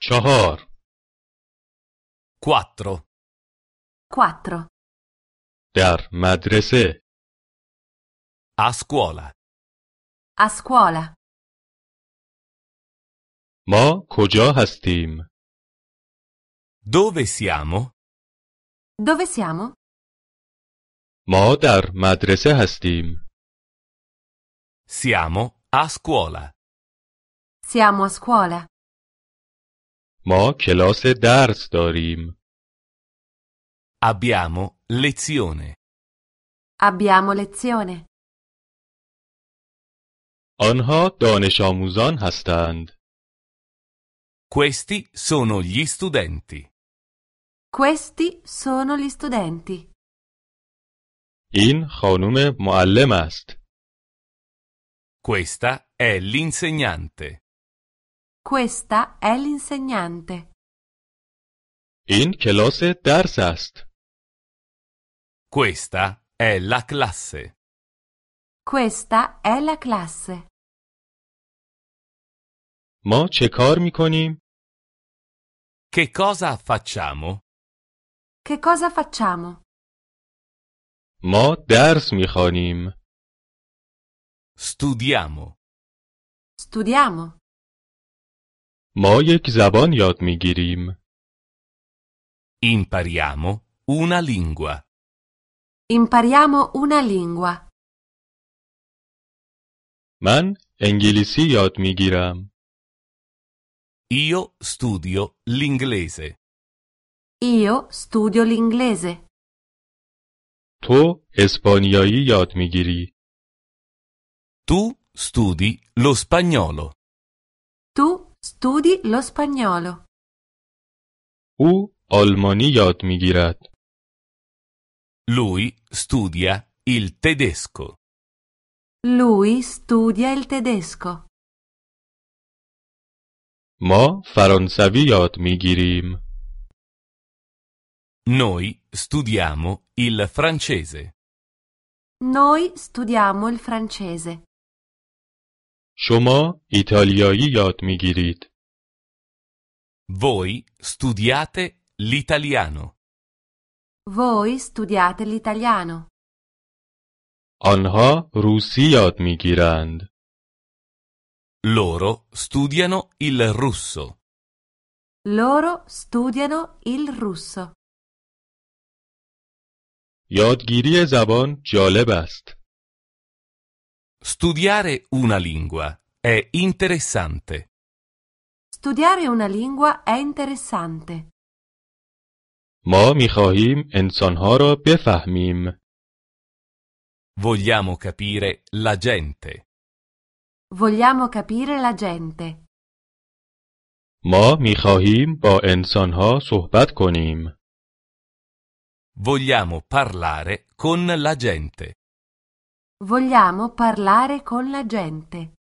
چهار 4. 4. در مدرسه A scuola. A scuola. ما کجا هستیم؟ Dove siamo? Dove siamo? ما در مدرسه هستیم. Siamo a scuola. Siamo a scuola. ما کلاس درس داریم. Abbiamo lezione. Abbiamo lezione. آنها دانش آموزان هستند. Questi sono gli studenti. Questi sono gli studenti. این خانم معلم است. Questa è l'insegnante. Questa è l'insegnante. این کلاس درس است. Questa è la classe. Questa è la classe. ما چه کار می کنیم؟ Che cosa facciamo? Che cosa facciamo? ما درس می خوانیم. Studiamo. Studiamo. ما یک زبان یاد می گیریم. Impariamo una lingua. Impariamo una lingua. من انگلیسی یاد می گیرم. Io studio l'inglese. Io studio l'inglese. تو اسپانیایی یاد می گیری. Tu studi lo spagnolo. Tu studi lo spagnolo. او آلمانی یاد می گیرد. Lui studia il tedesco. Lui studia il tedesco. ما فرانسوی یاد می گیریم. Noi studiamo il francese. Noi studiamo il francese. شما ایتالیایی یاد می گیرید. Voi studiate l'italiano. Voi studiate l'italiano. آنها روسی یاد می گیرند. Loro studiano il russo. Loro studiano il russo. یادگیری زبان جالب است. Studiare una lingua è interessante. Studiare una lingua è interessante. ما می خواهیم انسانها را بفهمیم. Vogliamo capire la gente. Vogliamo capire la gente. ما می خواهیم با انسانها صحبت کنیم. Vogliamo parlare con la gente. Vogliamo parlare con la gente.